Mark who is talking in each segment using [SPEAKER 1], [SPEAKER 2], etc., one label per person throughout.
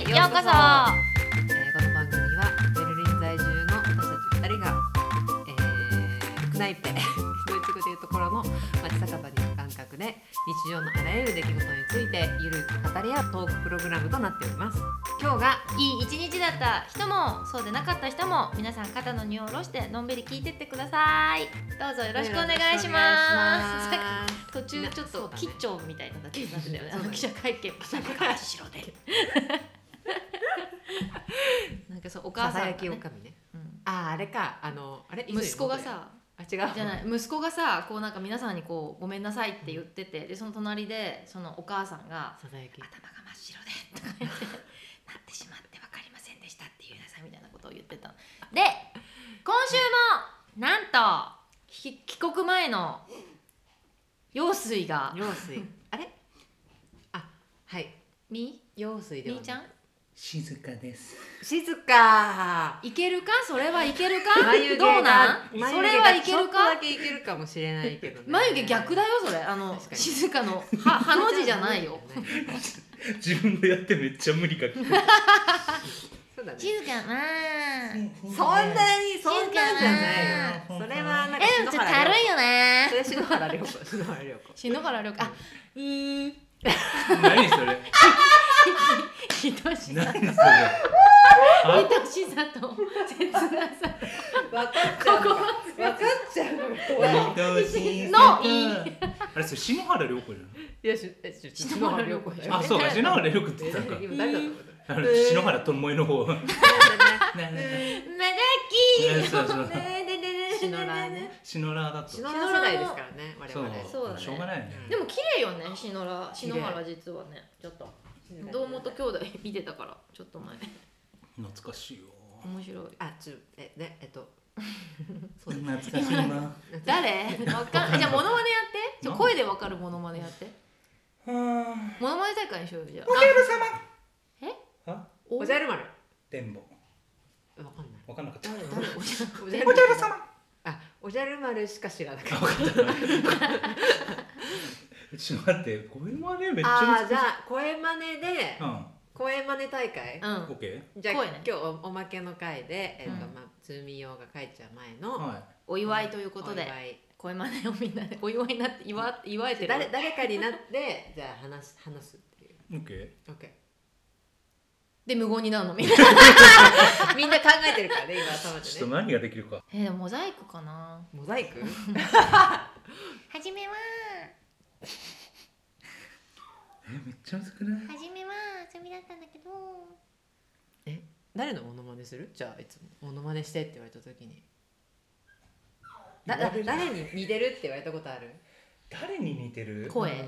[SPEAKER 1] した
[SPEAKER 2] えーこの番組はベルリン在住の私たち2人が、えー、クナイペドイツ語でいうところの町酒場に行く感覚で日常のあらゆる出来事についてゆるく語り合うトークプログラムとなっております今日が
[SPEAKER 1] いい一日だった人もそうでなかった人も皆さん肩の荷を下ろしてのんびり聞いてってくださいどうぞよろしくお願いします
[SPEAKER 2] よろしくお願いします
[SPEAKER 1] 途中ちょっ
[SPEAKER 2] そう
[SPEAKER 1] と
[SPEAKER 2] だね
[SPEAKER 1] 吉兆みたいな形になってたよね
[SPEAKER 2] そうだね
[SPEAKER 1] あの記者会見朝からしろでなんかそうお母
[SPEAKER 2] さ
[SPEAKER 1] さんが
[SPEAKER 2] さや
[SPEAKER 1] ね、
[SPEAKER 2] き狼ね
[SPEAKER 1] うん
[SPEAKER 2] あーあれかあのあれ
[SPEAKER 1] 息子がさ
[SPEAKER 2] あ違う
[SPEAKER 1] じゃない息子がさこうなんか皆さんにこうごめんなさいって言っててでその隣でそのお母さんが
[SPEAKER 2] ささやき
[SPEAKER 1] 頭が真っ白 でとか言ってなってしまって分かりませんでしたって言いなさいみたいなことを言ってたので今週もなんとひ帰国前の陽水が
[SPEAKER 2] 用水 あれあはい
[SPEAKER 1] み
[SPEAKER 2] 用水で
[SPEAKER 1] み
[SPEAKER 2] は
[SPEAKER 1] ーちゃん
[SPEAKER 3] 静かです。
[SPEAKER 2] 静か
[SPEAKER 1] いけるかそ れはいけるか
[SPEAKER 2] 眉毛
[SPEAKER 1] どう
[SPEAKER 2] が
[SPEAKER 1] なんそ
[SPEAKER 2] 眉毛が
[SPEAKER 1] れはいけ
[SPEAKER 2] ちょっ
[SPEAKER 1] る
[SPEAKER 2] と
[SPEAKER 1] か
[SPEAKER 2] だけいけるかもしれないけどね
[SPEAKER 1] 眉毛逆だよそれあの
[SPEAKER 2] 確かに
[SPEAKER 1] 静かの はハの字じゃないよ
[SPEAKER 3] 自分でやってめっちゃ無理かけてる。
[SPEAKER 2] そうだね
[SPEAKER 1] 静かな
[SPEAKER 2] そんなにそんなんじゃ
[SPEAKER 3] 静か
[SPEAKER 2] ないよ
[SPEAKER 3] な
[SPEAKER 2] それはなんか
[SPEAKER 1] えでもちょっと軽いよね
[SPEAKER 2] それ篠原涼子篠原涼子
[SPEAKER 1] 篠原涼子あうーん
[SPEAKER 3] 何それ？
[SPEAKER 1] ひとしさ
[SPEAKER 3] 何それ？
[SPEAKER 1] ひ
[SPEAKER 3] あ
[SPEAKER 1] としさと切なさ
[SPEAKER 2] 分かっちゃう分かっちゃう怖い
[SPEAKER 3] 愛し
[SPEAKER 1] のいい
[SPEAKER 3] あれそれ篠原涼子じ
[SPEAKER 2] いやしえし篠原涼子だ
[SPEAKER 3] ゃん。
[SPEAKER 2] よ
[SPEAKER 3] あそうか篠原涼子って言ったのか。
[SPEAKER 2] 今誰だと思っ
[SPEAKER 3] あの篠原智恵の方。
[SPEAKER 2] た
[SPEAKER 3] ね
[SPEAKER 1] まだき
[SPEAKER 3] ねそうそう
[SPEAKER 2] 篠原ね
[SPEAKER 3] 篠原だと。
[SPEAKER 2] 篠原世代ですからね我
[SPEAKER 3] そう
[SPEAKER 2] 々
[SPEAKER 1] そうだね
[SPEAKER 3] しょうがないよね。
[SPEAKER 1] でも綺麗よね篠原篠原実はねちょっと堂本兄弟見てたからちょっと前
[SPEAKER 3] 懐かしいよ。
[SPEAKER 1] 面白い
[SPEAKER 2] あちょえねえっとそうです
[SPEAKER 3] 懐かしいな。
[SPEAKER 1] 誰わかん ないじゃあモノマネやってちょ
[SPEAKER 3] なん
[SPEAKER 1] 声でわかるモノマネやって
[SPEAKER 3] は
[SPEAKER 1] モノマネ大会にしようよじゃあ
[SPEAKER 3] おじゃる様。
[SPEAKER 1] え？
[SPEAKER 3] あ？
[SPEAKER 1] お
[SPEAKER 2] おじゃる丸
[SPEAKER 3] 電ボ。
[SPEAKER 2] わかんない
[SPEAKER 3] わかんなかった。
[SPEAKER 2] 誰誰おじゃお
[SPEAKER 3] おじゃる
[SPEAKER 2] 様
[SPEAKER 3] 様。
[SPEAKER 2] あおじゃる丸しか知らなかった
[SPEAKER 3] あ、分かった。ちょっと待って、これまでめっち
[SPEAKER 2] あ
[SPEAKER 3] ゃ
[SPEAKER 2] ーじゃあ声真似で
[SPEAKER 3] う
[SPEAKER 2] 声真似大会
[SPEAKER 1] うん
[SPEAKER 3] ん、オッケ
[SPEAKER 2] じゃあ
[SPEAKER 1] 声ね
[SPEAKER 2] 今日おおまけの回でえっと
[SPEAKER 1] うん
[SPEAKER 2] まあズーミー用が書いちゃう前
[SPEAKER 3] ー。
[SPEAKER 2] の
[SPEAKER 3] は
[SPEAKER 1] お祝いということ
[SPEAKER 2] お
[SPEAKER 1] で
[SPEAKER 2] 祝い
[SPEAKER 1] 声真似をみんなでお祝いになって祝祝えてる
[SPEAKER 2] 誰誰かになってじゃあ話す話すっていう
[SPEAKER 3] い。オッケー。
[SPEAKER 2] オッ ケ
[SPEAKER 1] で無言になるの みんな
[SPEAKER 2] ーみんな考えてるからね今頭
[SPEAKER 3] ち
[SPEAKER 2] で
[SPEAKER 3] ょっと
[SPEAKER 2] ね
[SPEAKER 3] 何ができるか。
[SPEAKER 1] えー、モザイクかな
[SPEAKER 2] モザイク
[SPEAKER 1] はじめは
[SPEAKER 3] え、めっちゃ難くない。
[SPEAKER 1] はじめは遊びだったんだけど
[SPEAKER 2] 誰のモノマネするじゃあいつもモノマネしてって言われた時にだだ誰に似てるって言われたことある
[SPEAKER 3] 誰に似てる。
[SPEAKER 1] 声
[SPEAKER 2] うん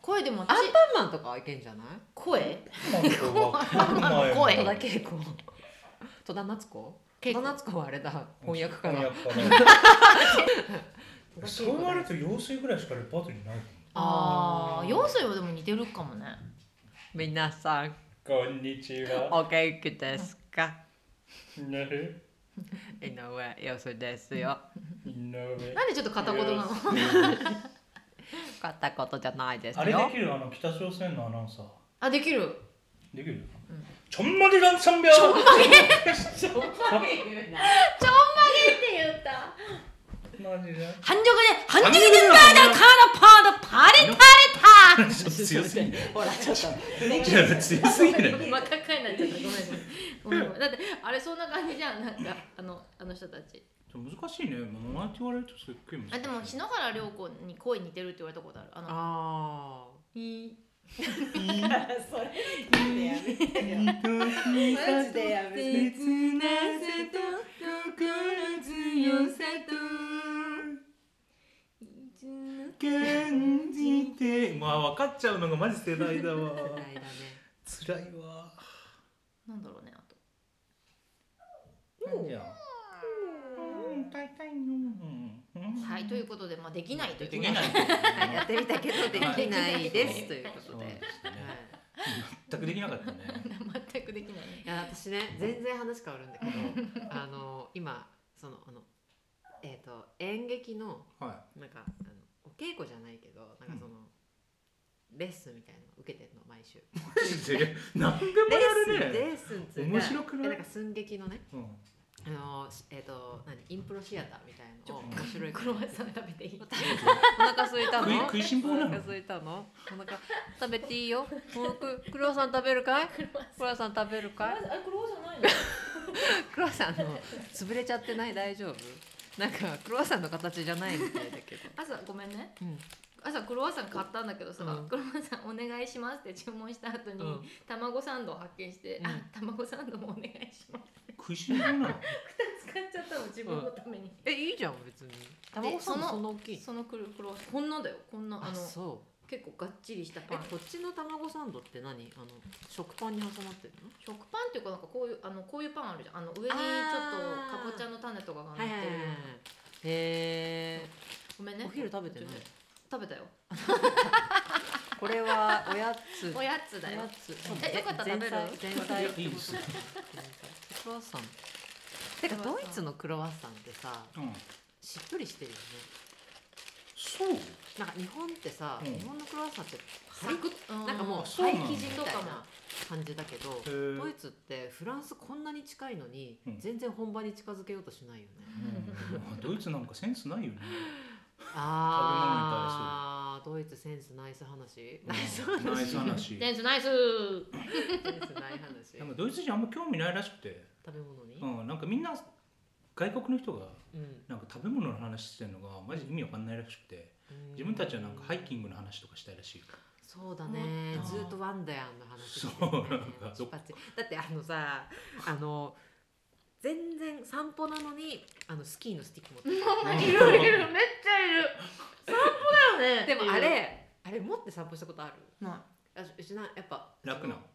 [SPEAKER 1] 声でも
[SPEAKER 2] アン
[SPEAKER 1] 私
[SPEAKER 2] パンマンとかはいけんじゃない
[SPEAKER 1] 声
[SPEAKER 2] 戸
[SPEAKER 1] 声
[SPEAKER 2] 田恵子戸田夏子戸
[SPEAKER 1] 結
[SPEAKER 2] 田
[SPEAKER 1] 構
[SPEAKER 2] 夏子はあれだ翻訳かな戸田恵子だ
[SPEAKER 3] そう言われると妖精ぐらいしかレパートリーない。
[SPEAKER 1] あ
[SPEAKER 2] あ
[SPEAKER 1] あ
[SPEAKER 2] ー
[SPEAKER 1] 陽水はでも似てるかもね
[SPEAKER 2] 皆さん
[SPEAKER 3] こんにちは。
[SPEAKER 2] お元気ですか
[SPEAKER 3] なる。
[SPEAKER 2] 井上陽水ですよ
[SPEAKER 3] 井上。
[SPEAKER 1] なんでちょっと片言なの
[SPEAKER 2] 買ったことじゃないです
[SPEAKER 3] あれできる、あの北朝鮮のアナウンサー。
[SPEAKER 1] あできる
[SPEAKER 3] できる
[SPEAKER 1] ん。
[SPEAKER 3] ちょんまげランサンビャー。ちょんま
[SPEAKER 1] ちょんまげって言った
[SPEAKER 3] げ。マジで。
[SPEAKER 1] 半熟で半熟でバーダーカーラパーダパレタレ
[SPEAKER 3] 強すぎない。
[SPEAKER 2] ほらちょっと
[SPEAKER 3] いや強すぎない。
[SPEAKER 1] タまたかいなっちゃったごめんなさいごめんごめんだってあれそんな感じじゃんなんかあのあの人たち
[SPEAKER 3] 難しいね。もうなんて言われるとすっごい難しい。
[SPEAKER 1] あでも篠原涼子に声似てるって言われたことあるあの
[SPEAKER 2] あ
[SPEAKER 1] いい
[SPEAKER 2] あそれやめてよマジでやめて
[SPEAKER 1] 切な
[SPEAKER 2] さ
[SPEAKER 1] と
[SPEAKER 2] 心強さ
[SPEAKER 3] 感じてまあ分かっちゃうのがマジ世代だわ
[SPEAKER 2] とないだね
[SPEAKER 3] 辛いわ
[SPEAKER 1] なんだろうねあと
[SPEAKER 3] なんじゃうん大体の
[SPEAKER 1] はいということでまあできないということ
[SPEAKER 3] できない
[SPEAKER 2] はいやってみたけどできないですというこ
[SPEAKER 3] そ
[SPEAKER 2] と
[SPEAKER 3] う
[SPEAKER 2] で、
[SPEAKER 3] で
[SPEAKER 2] はい、
[SPEAKER 3] すね全くできなかったね
[SPEAKER 1] 全くできないね
[SPEAKER 2] いや私ね全然話変わるんだけどあの今そのあのえっ、と演劇の
[SPEAKER 3] は
[SPEAKER 2] なんかあのお稽古じゃないけどなんかその、レッスンみたいなの受けてるの毎週
[SPEAKER 3] マジで何でも
[SPEAKER 2] レ
[SPEAKER 3] や
[SPEAKER 2] ッス
[SPEAKER 3] る
[SPEAKER 2] ン
[SPEAKER 3] ね
[SPEAKER 2] レッスンっつうか
[SPEAKER 3] 面白くない
[SPEAKER 2] えなんか寸劇のね
[SPEAKER 3] うん
[SPEAKER 2] あのえっ、と何インプロシアターみたいなのを
[SPEAKER 3] ちょ
[SPEAKER 2] 面白い
[SPEAKER 1] クロワッサン食べていい
[SPEAKER 2] お腹空いたの
[SPEAKER 3] 食い食いしん坊なの
[SPEAKER 2] お腹空いたのお腹食べていいよもうくクロワッサン食べるかい
[SPEAKER 1] クロワッ
[SPEAKER 2] クロワッサン食べるかい
[SPEAKER 1] サンあクロワッサンないの
[SPEAKER 2] クロワッサンの潰れちゃってない大丈夫なんかクロワッサンの形じゃないみたいだけど、
[SPEAKER 1] 朝ごめんね
[SPEAKER 2] うん、
[SPEAKER 1] 朝クロワッサン買ったんだけどさ、
[SPEAKER 2] うん
[SPEAKER 1] クロワッサンお願いしますって注文した後に、
[SPEAKER 2] うん
[SPEAKER 1] 卵サンドを発見して、
[SPEAKER 2] うん
[SPEAKER 1] あ卵サンドもお願いし ます
[SPEAKER 3] 食いしん坊なの
[SPEAKER 1] 2つ買っちゃったの自分のために、
[SPEAKER 2] えいいじゃん別に卵サン
[SPEAKER 1] そ
[SPEAKER 2] ド
[SPEAKER 1] の
[SPEAKER 2] そんな大きいの
[SPEAKER 1] そのクロクロワッサンこんなだよこんなあ
[SPEAKER 2] あ
[SPEAKER 1] の
[SPEAKER 2] そ
[SPEAKER 1] 結構がっちりした
[SPEAKER 2] うえ
[SPEAKER 1] パン
[SPEAKER 2] こっちの卵サンドって何あの食パンに挟まってるの
[SPEAKER 1] 食パンっていうかなんかこういうあのこういうパンあるじゃんあの上にちょっと
[SPEAKER 2] あー
[SPEAKER 1] かぼちゃの種とかが乗っ
[SPEAKER 2] は
[SPEAKER 1] て
[SPEAKER 2] い
[SPEAKER 1] る
[SPEAKER 2] は
[SPEAKER 1] よ
[SPEAKER 2] いうはい
[SPEAKER 1] な、
[SPEAKER 2] はいへえ
[SPEAKER 1] ごめんね
[SPEAKER 2] お昼食べてな
[SPEAKER 1] ち
[SPEAKER 2] い
[SPEAKER 1] ょっと食べたよ
[SPEAKER 2] これは おやつ
[SPEAKER 1] おやつだよ
[SPEAKER 2] おやつ
[SPEAKER 1] えよかったら食べる
[SPEAKER 2] 全体
[SPEAKER 3] いやいいです
[SPEAKER 2] クロワッサンてか
[SPEAKER 1] クロ
[SPEAKER 2] ド
[SPEAKER 1] ワッ
[SPEAKER 2] イ
[SPEAKER 1] サン
[SPEAKER 2] ツのクロワッサンってさ
[SPEAKER 3] うん
[SPEAKER 2] しっとりしてるよね
[SPEAKER 3] そう
[SPEAKER 2] なんか日本ってさ、
[SPEAKER 3] うん
[SPEAKER 2] 日本のクロワッサンって
[SPEAKER 1] サクッ、
[SPEAKER 2] なんかもう
[SPEAKER 3] あそうな
[SPEAKER 2] パ
[SPEAKER 3] ん
[SPEAKER 2] イ
[SPEAKER 3] だ
[SPEAKER 2] 生地みたい
[SPEAKER 1] そうか
[SPEAKER 2] な感じだけど
[SPEAKER 3] へー
[SPEAKER 2] ドイツってフランスこんなに近いのに、
[SPEAKER 3] うん
[SPEAKER 2] 全然本場に近づけようとしないよね
[SPEAKER 3] うんドイツなんかセンスないよね
[SPEAKER 2] あードイツセンスナイス話ナイス話
[SPEAKER 3] ナイス話
[SPEAKER 1] ナイスナイス
[SPEAKER 2] センスない話
[SPEAKER 3] なんかドイツ人あんま興味ないらしくて、
[SPEAKER 2] 食べ物に、
[SPEAKER 3] うん、なんかみんな外国の人が
[SPEAKER 2] うん
[SPEAKER 3] なんか食べ物の話してるのがマジ意味わかんないらしくて自分たちはなんかハイキングの話とかしたいらしい
[SPEAKER 2] そうだね
[SPEAKER 3] うん
[SPEAKER 2] ずっとワンダヤンの話して
[SPEAKER 3] そう
[SPEAKER 2] るね
[SPEAKER 3] なんか
[SPEAKER 2] 出発だってあのさあの全然散歩なのにあのスキーのスティック持 ってる
[SPEAKER 1] いるいるめっちゃいる散歩だよね
[SPEAKER 2] でもあれあれ持って散歩したことある
[SPEAKER 1] な
[SPEAKER 2] あうちなやっぱ
[SPEAKER 3] 楽な
[SPEAKER 2] その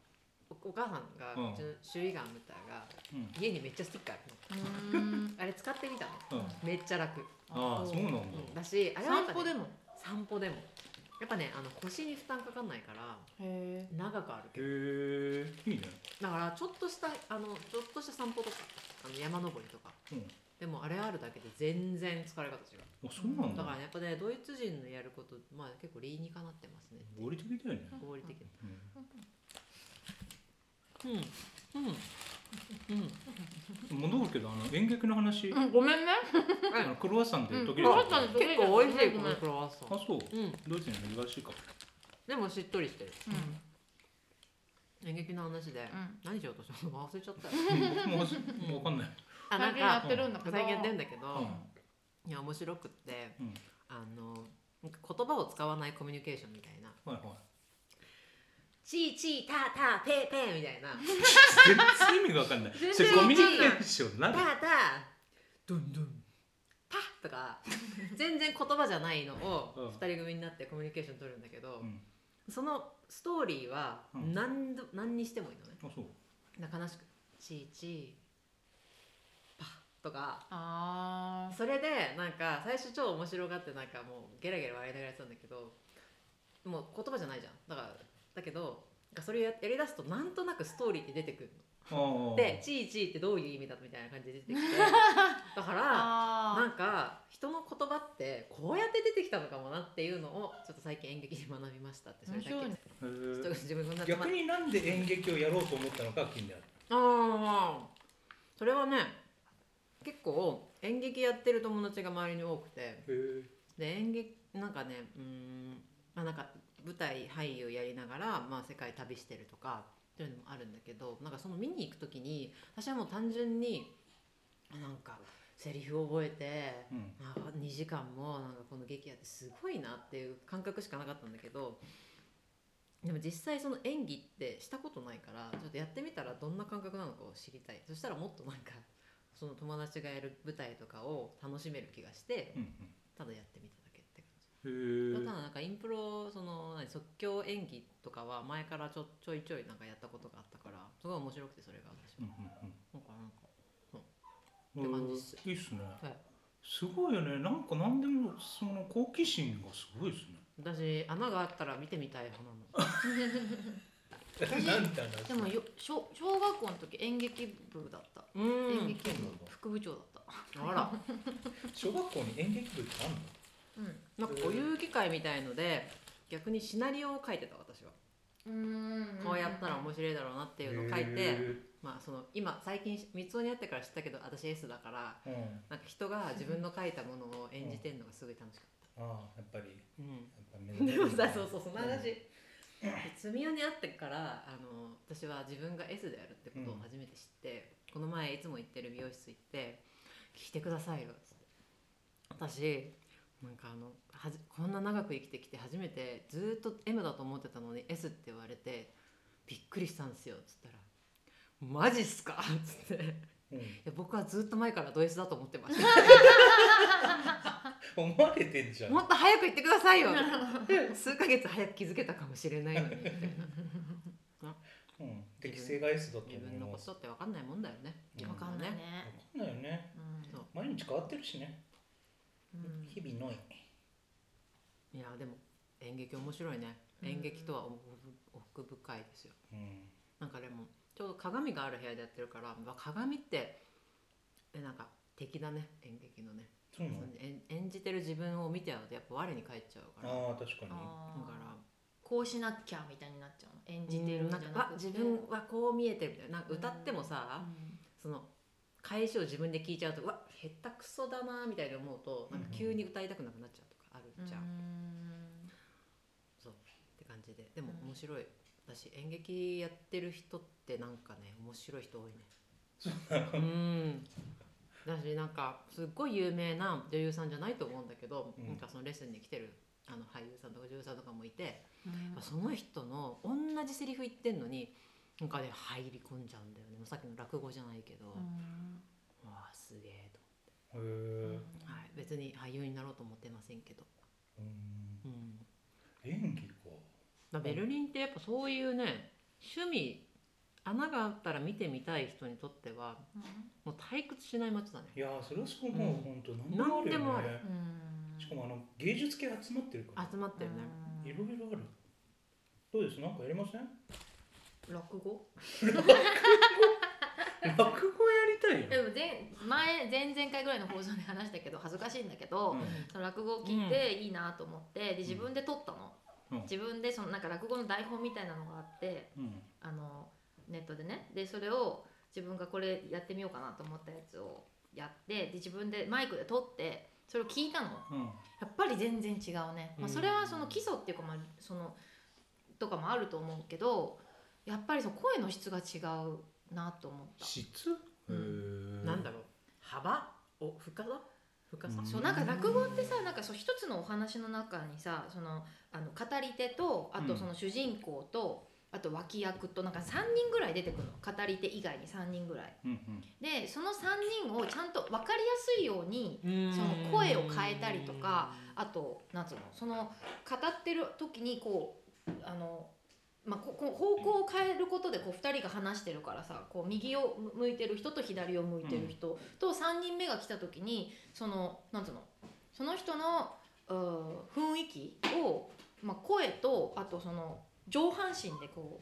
[SPEAKER 2] おお母さんが、
[SPEAKER 3] うん
[SPEAKER 2] うちのシュリガンみたいが
[SPEAKER 3] うん
[SPEAKER 2] 家にめっちゃスティックある
[SPEAKER 1] うーん
[SPEAKER 2] のあれ使ってみたの
[SPEAKER 3] うん
[SPEAKER 2] めっちゃ楽、
[SPEAKER 3] ああそうなんだ
[SPEAKER 2] うんだしあれはやっ
[SPEAKER 1] 散
[SPEAKER 2] ぱ
[SPEAKER 1] 歩
[SPEAKER 2] ね
[SPEAKER 1] でも
[SPEAKER 2] 散歩でもやっぱねあの腰に負担かかんないから
[SPEAKER 1] へ
[SPEAKER 2] 長く歩け
[SPEAKER 3] へ
[SPEAKER 2] る
[SPEAKER 3] えいいね
[SPEAKER 2] だからちょっとしたあのちょっとした散歩とかあの山登りとか
[SPEAKER 3] うん
[SPEAKER 2] でもあれあるだけで全然疲れ方違う
[SPEAKER 3] あそうなん
[SPEAKER 2] だから
[SPEAKER 3] だ
[SPEAKER 2] ねやっぱねドイツ人のやることまあ結構理にかなってますね
[SPEAKER 3] 合理的だよね
[SPEAKER 2] 合理的
[SPEAKER 3] うん
[SPEAKER 2] うんうんうん
[SPEAKER 3] 戻るけどあの演劇の話
[SPEAKER 1] うんごめんね
[SPEAKER 3] あのクロワッサンって時
[SPEAKER 1] ク
[SPEAKER 3] 々
[SPEAKER 1] ロ
[SPEAKER 3] あ
[SPEAKER 1] ワッサン
[SPEAKER 2] 結構美味しい
[SPEAKER 1] ご
[SPEAKER 2] こ
[SPEAKER 1] めん
[SPEAKER 2] のクロワッサン
[SPEAKER 3] そ
[SPEAKER 2] う
[SPEAKER 3] う
[SPEAKER 2] ん
[SPEAKER 3] ドイツには珍しいか
[SPEAKER 2] でもしっとりしてる
[SPEAKER 1] うん
[SPEAKER 2] 演劇の話で、
[SPEAKER 1] ん
[SPEAKER 2] 何しようとしたの忘れちゃ ったよ
[SPEAKER 3] 僕ももうわかんない
[SPEAKER 2] あなん
[SPEAKER 1] 最近や
[SPEAKER 2] か
[SPEAKER 1] ってるんだけど
[SPEAKER 2] 最近やってんだけど、
[SPEAKER 3] う
[SPEAKER 2] いや面白くって
[SPEAKER 3] んうん
[SPEAKER 2] あのなんか言葉を使わないコミュニケーションみたいな
[SPEAKER 3] はいは
[SPEAKER 2] 「チーチーターターペーペー」みたい な「
[SPEAKER 3] い全然意味がわかんない
[SPEAKER 1] 全
[SPEAKER 3] そ
[SPEAKER 1] 然わ
[SPEAKER 3] れ
[SPEAKER 1] か
[SPEAKER 3] コ
[SPEAKER 1] んな
[SPEAKER 3] ミ
[SPEAKER 1] い
[SPEAKER 3] ュニケーションな
[SPEAKER 2] タ
[SPEAKER 3] る
[SPEAKER 2] ータードゥンドゥンタ」とか全然言葉じゃないの
[SPEAKER 3] うん
[SPEAKER 2] を2人組になってコミュニケーション取るんだけど、
[SPEAKER 3] うん
[SPEAKER 2] そのストーリーは
[SPEAKER 3] うん
[SPEAKER 2] 何度、何にしてもいいのね。
[SPEAKER 3] あそう
[SPEAKER 2] なんか悲しく「チーチーパッ」とか
[SPEAKER 1] あ
[SPEAKER 2] それでなんか最初超面白がってなんかもうゲラゲラ笑いながらやってたんだけどもう言葉じゃないじゃんだからだけどなんかそれややりだすとなんとなくストーリーって出てくる
[SPEAKER 3] ああ
[SPEAKER 2] ので「チーチー」ってどういう意味だみたいな感じで出てき てだからな
[SPEAKER 1] あ
[SPEAKER 2] んか人の言葉ってこうやって出てきたのかもなっていうのをちょっと最近演劇で学びましたってそれだけち
[SPEAKER 1] 面白い
[SPEAKER 2] ょ
[SPEAKER 1] ね
[SPEAKER 3] へ
[SPEAKER 2] っ
[SPEAKER 3] ー
[SPEAKER 2] と自分の中
[SPEAKER 3] 逆になんで演劇をやろうと思ったのか気になる
[SPEAKER 2] ああそれはね結構演劇やってる友達が周りに多くて
[SPEAKER 3] へ
[SPEAKER 2] で演劇なんかねうーんまあなんか舞台俳優やりながら、まあ、世界旅してるとかっていうのもあるんだけどなんかその見に行く時に私はもう単純にあなんかセリフを覚えて
[SPEAKER 3] えうん
[SPEAKER 2] あ2時間もなんかこの劇やってすごいなっていう感覚しかなかったんだけどでも実際その演技ってしたことないからちょっとやってみたらどんな感覚なのかを知りたいそしたらもっとなんかその友達がやる舞台とかを楽しめる気がして
[SPEAKER 3] うん
[SPEAKER 2] ただやってみただけって感じ。
[SPEAKER 3] うんへ
[SPEAKER 2] た
[SPEAKER 3] え
[SPEAKER 2] だなんかインプロその何即興演技とかは前からちょちょいちょいなんかやったことがあったからすごい面白くてそれが私
[SPEAKER 3] う
[SPEAKER 2] は
[SPEAKER 3] ん
[SPEAKER 2] なんかなんか
[SPEAKER 3] うん
[SPEAKER 2] って
[SPEAKER 3] うん
[SPEAKER 2] 感じっす
[SPEAKER 3] いいっすね
[SPEAKER 2] はい
[SPEAKER 3] すごいよねなんか何でもその好奇心がすごいですね
[SPEAKER 2] 私穴があったら見てみたい派なの
[SPEAKER 3] なんだ
[SPEAKER 1] ーでもよ小小学校の時演劇部だった
[SPEAKER 2] う
[SPEAKER 1] 演
[SPEAKER 2] ん
[SPEAKER 1] 劇部副部長だった
[SPEAKER 2] あら
[SPEAKER 3] 小学校に演劇部ってあるの
[SPEAKER 1] うん
[SPEAKER 2] なんかこう遊戯会みたいので逆にシナリオを書いてた私は
[SPEAKER 1] うん
[SPEAKER 2] こうやったら面白いだろうなっていうのを書いてまあその今最近三つに会ってから知ったけど私 S だから
[SPEAKER 3] うん
[SPEAKER 2] なんか人が自分の書いたものを演じてるのがすごい楽しかっ
[SPEAKER 3] ああやっぱり
[SPEAKER 2] た、うん
[SPEAKER 3] やっぱ目覚め
[SPEAKER 2] で
[SPEAKER 3] る
[SPEAKER 2] も
[SPEAKER 3] んだ
[SPEAKER 2] さそうそうその話積みにあってからあの私は自分が S であるってことを初めて知って、この前いつも行ってる美容室行って「聞いてくださいよ」つって私なんかあのはじこんな長く生きてきて初めてずーっと M だと思ってたのに S って言われてびっくりしたんですよつったら「マジっすか?」つってい
[SPEAKER 3] うん
[SPEAKER 2] や「僕はずっと前からド S だと思ってました」
[SPEAKER 3] 思われてんじゃん
[SPEAKER 2] もっと早く言ってくださいよ数ヶ月早く気づけたかもしれないのにみたいな
[SPEAKER 3] うん適正が S だと思
[SPEAKER 2] 自分
[SPEAKER 3] い
[SPEAKER 2] のこ
[SPEAKER 3] ます
[SPEAKER 2] とって分かんないもんだよね
[SPEAKER 3] うん
[SPEAKER 1] わかんないね
[SPEAKER 3] 分かんないよね
[SPEAKER 1] うん
[SPEAKER 2] そう
[SPEAKER 3] 毎日変わってるしね
[SPEAKER 1] うん
[SPEAKER 3] 日々のい
[SPEAKER 2] いやでも演劇面白いね
[SPEAKER 1] うん
[SPEAKER 2] 演劇とは奥深いですよ
[SPEAKER 3] うん
[SPEAKER 2] なんかでもちょうど鏡がある部屋でやってるからうわ鏡ってえなんか敵だね演劇のね、
[SPEAKER 3] そうなの
[SPEAKER 2] 演演じてる自分を見てゃうとやっぱ我に返っちゃうからだか
[SPEAKER 3] ああ確かに
[SPEAKER 1] あー
[SPEAKER 2] ら
[SPEAKER 1] こうしなきゃみたいになっちゃうの演じてるんじゃ
[SPEAKER 2] なんか
[SPEAKER 1] な
[SPEAKER 2] わ
[SPEAKER 1] くて
[SPEAKER 2] 自分はこう見えてるみたいななんか歌ってもさ、
[SPEAKER 1] うん
[SPEAKER 2] その返しを自分で聞いちゃうとうわ下手くそだなみたいに思うとなんか急に歌いたくなくなっちゃうとかあるじゃん、
[SPEAKER 1] う
[SPEAKER 2] っ
[SPEAKER 1] ん
[SPEAKER 2] て感じででも
[SPEAKER 1] うん
[SPEAKER 2] 面白い私演劇やってる人ってなんかね面白い人多いねうんだしなんかすっごい有名な女優さんじゃないと思うんだけど、
[SPEAKER 3] うん
[SPEAKER 2] なんかそのレッスンに来てるあの俳優さんとか女優さんとかもいて、
[SPEAKER 1] うん
[SPEAKER 2] その人の同じセリフ言ってんのになんかね入り込んじゃうんだよねさっきの落語じゃないけど、
[SPEAKER 1] うん
[SPEAKER 2] わあすげえと
[SPEAKER 3] へえ
[SPEAKER 2] はい、別に俳優になろうと思ってませんけど、
[SPEAKER 3] うん
[SPEAKER 2] うん
[SPEAKER 3] 演技か
[SPEAKER 2] まあ、ベルリンってやっぱそういうね趣味穴があったら見てみたい人にとってはもう退屈しない街だね
[SPEAKER 3] いやーそれはそう思う
[SPEAKER 2] うん
[SPEAKER 3] 本当何でもあるよね
[SPEAKER 1] うん
[SPEAKER 3] しかもあの芸術系集まってるから
[SPEAKER 2] 集まってるね
[SPEAKER 3] いろいろあるどうですなんかやりません
[SPEAKER 1] うん落語
[SPEAKER 3] 落語やりたい
[SPEAKER 1] で
[SPEAKER 3] よ
[SPEAKER 1] も前前前々回ぐらいの放送で話したけど恥ずかしいんだけど、その落語を聞いていいなと思って、で自分で撮ったの、
[SPEAKER 3] うん
[SPEAKER 1] 自分でそのなんか落語の台本みたいなのがあって
[SPEAKER 3] うんうん
[SPEAKER 1] あのネットでねでそれを自分がこれやってみようかなと思ったやつをやってで自分でマイクで撮ってそれを聞いたの
[SPEAKER 3] うん
[SPEAKER 1] やっぱり全然違うね、ま
[SPEAKER 2] うん
[SPEAKER 1] あ、それはその基礎っていうか、まあ、そのとかもあると思うけどやっぱりその声の質が違うなと思った。
[SPEAKER 3] 質
[SPEAKER 1] う
[SPEAKER 2] なんだろう幅お深さ深さ、
[SPEAKER 3] うん
[SPEAKER 1] そうなんか落語ってさなんかそう一つのお話の中にさそのあの語り手とあ
[SPEAKER 3] う
[SPEAKER 1] と
[SPEAKER 3] ん
[SPEAKER 1] その主人公と、あと脇役となんか3人ぐらい出てくるの語り手以外に3人ぐらい
[SPEAKER 3] うんうん
[SPEAKER 1] でその3人をちゃんと分かりやすいように
[SPEAKER 2] うん
[SPEAKER 1] その声を変えたりとかあとなんつうのその語ってる時にこうあの、まあ、ここう方向を変えることでこう2人が話してるからさこう右を向いてる人と左を向いてる人と3人目が来た時にそのなんつうのその人のうー雰囲気を、まあ、声とあとその上半身でこう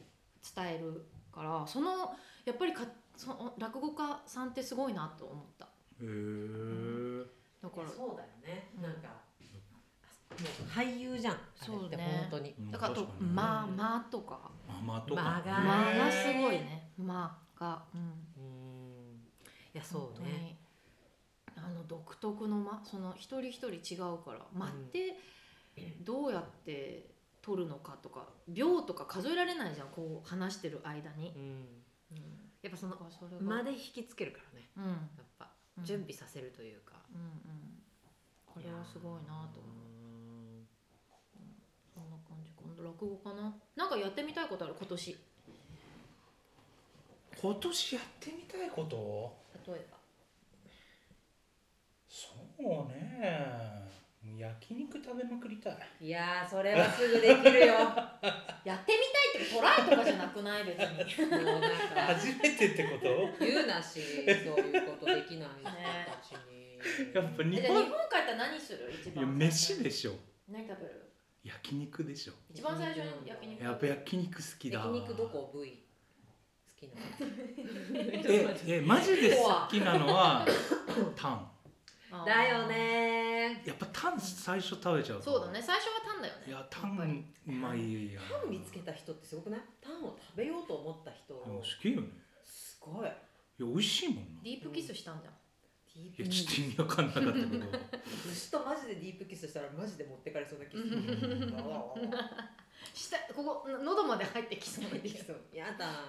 [SPEAKER 1] 伝えるからそのやっぱりかその落語家さんってすごいなと思った。
[SPEAKER 3] へえ
[SPEAKER 1] だから
[SPEAKER 2] そうだよね
[SPEAKER 1] な
[SPEAKER 2] なんん
[SPEAKER 1] か
[SPEAKER 2] か俳優じゃん
[SPEAKER 1] そうね
[SPEAKER 2] あれって本当に
[SPEAKER 1] だからあと「
[SPEAKER 3] 確かにね
[SPEAKER 1] まあまあ」とか
[SPEAKER 3] ママとか
[SPEAKER 1] 「
[SPEAKER 2] 間が
[SPEAKER 1] まあ」
[SPEAKER 2] ね
[SPEAKER 1] がすごいね「まあ」が、うん、
[SPEAKER 2] うんいや
[SPEAKER 1] 本
[SPEAKER 2] そう
[SPEAKER 1] 当
[SPEAKER 2] ね
[SPEAKER 1] にあの独特の間その一人一人違うから間ってどうやって取るのかとか秒とか数えられないじゃんこう話してる間に、
[SPEAKER 2] うん
[SPEAKER 1] うん、
[SPEAKER 2] やっぱその
[SPEAKER 1] だからそれが
[SPEAKER 2] 間で引きつけるからね
[SPEAKER 1] うん
[SPEAKER 2] やっぱ
[SPEAKER 1] うん
[SPEAKER 2] 準備させるというか、
[SPEAKER 1] うんうんこれはすごいなと思うそんな感じ今度落語かななんかやってみたいことある今年例
[SPEAKER 3] 今年やってみたいこと
[SPEAKER 1] えば
[SPEAKER 3] そうね焼肉食べまくりたい
[SPEAKER 2] いやーそれはすぐできるよも
[SPEAKER 1] やってみたいってトライとかじゃなくない別に
[SPEAKER 2] うなんか
[SPEAKER 3] 初めてってこ
[SPEAKER 2] 言うなしそういうことできない人たちに
[SPEAKER 3] とやっぱ
[SPEAKER 1] え
[SPEAKER 3] 日
[SPEAKER 1] じゃあ日
[SPEAKER 3] 本
[SPEAKER 1] 本帰ったら何する一
[SPEAKER 3] いや
[SPEAKER 1] 番
[SPEAKER 3] 飯
[SPEAKER 1] で
[SPEAKER 3] でしょ
[SPEAKER 1] 何食べる
[SPEAKER 3] 焼肉でしょ
[SPEAKER 1] 一番最初に焼肉
[SPEAKER 3] やっぱ焼肉好きだ
[SPEAKER 2] 焼肉どこ部位好きな
[SPEAKER 3] え
[SPEAKER 2] の
[SPEAKER 3] えマジで好きなのはタン
[SPEAKER 1] あー
[SPEAKER 2] だよね
[SPEAKER 3] やっぱタン最初食べちゃうと
[SPEAKER 1] そうだね最初はタンだよ
[SPEAKER 3] い
[SPEAKER 1] ね
[SPEAKER 3] やタンうまいや
[SPEAKER 2] タン見つけた人ってすごくないタンを食べようと思った人
[SPEAKER 3] でも好きよね
[SPEAKER 2] すごい
[SPEAKER 3] いや美味しいもんな
[SPEAKER 1] ディープキスしたんじゃん
[SPEAKER 2] ディー
[SPEAKER 3] い
[SPEAKER 2] プ
[SPEAKER 3] や
[SPEAKER 2] キ
[SPEAKER 3] ち
[SPEAKER 2] ス
[SPEAKER 3] ょっと意味わかんなかったけど
[SPEAKER 2] 牛とマジでディープキスしたらマジで持ってかれそうなキス
[SPEAKER 3] うん
[SPEAKER 2] わわわわ
[SPEAKER 1] 下ここの喉まで入ってきそうな
[SPEAKER 2] できそうやだ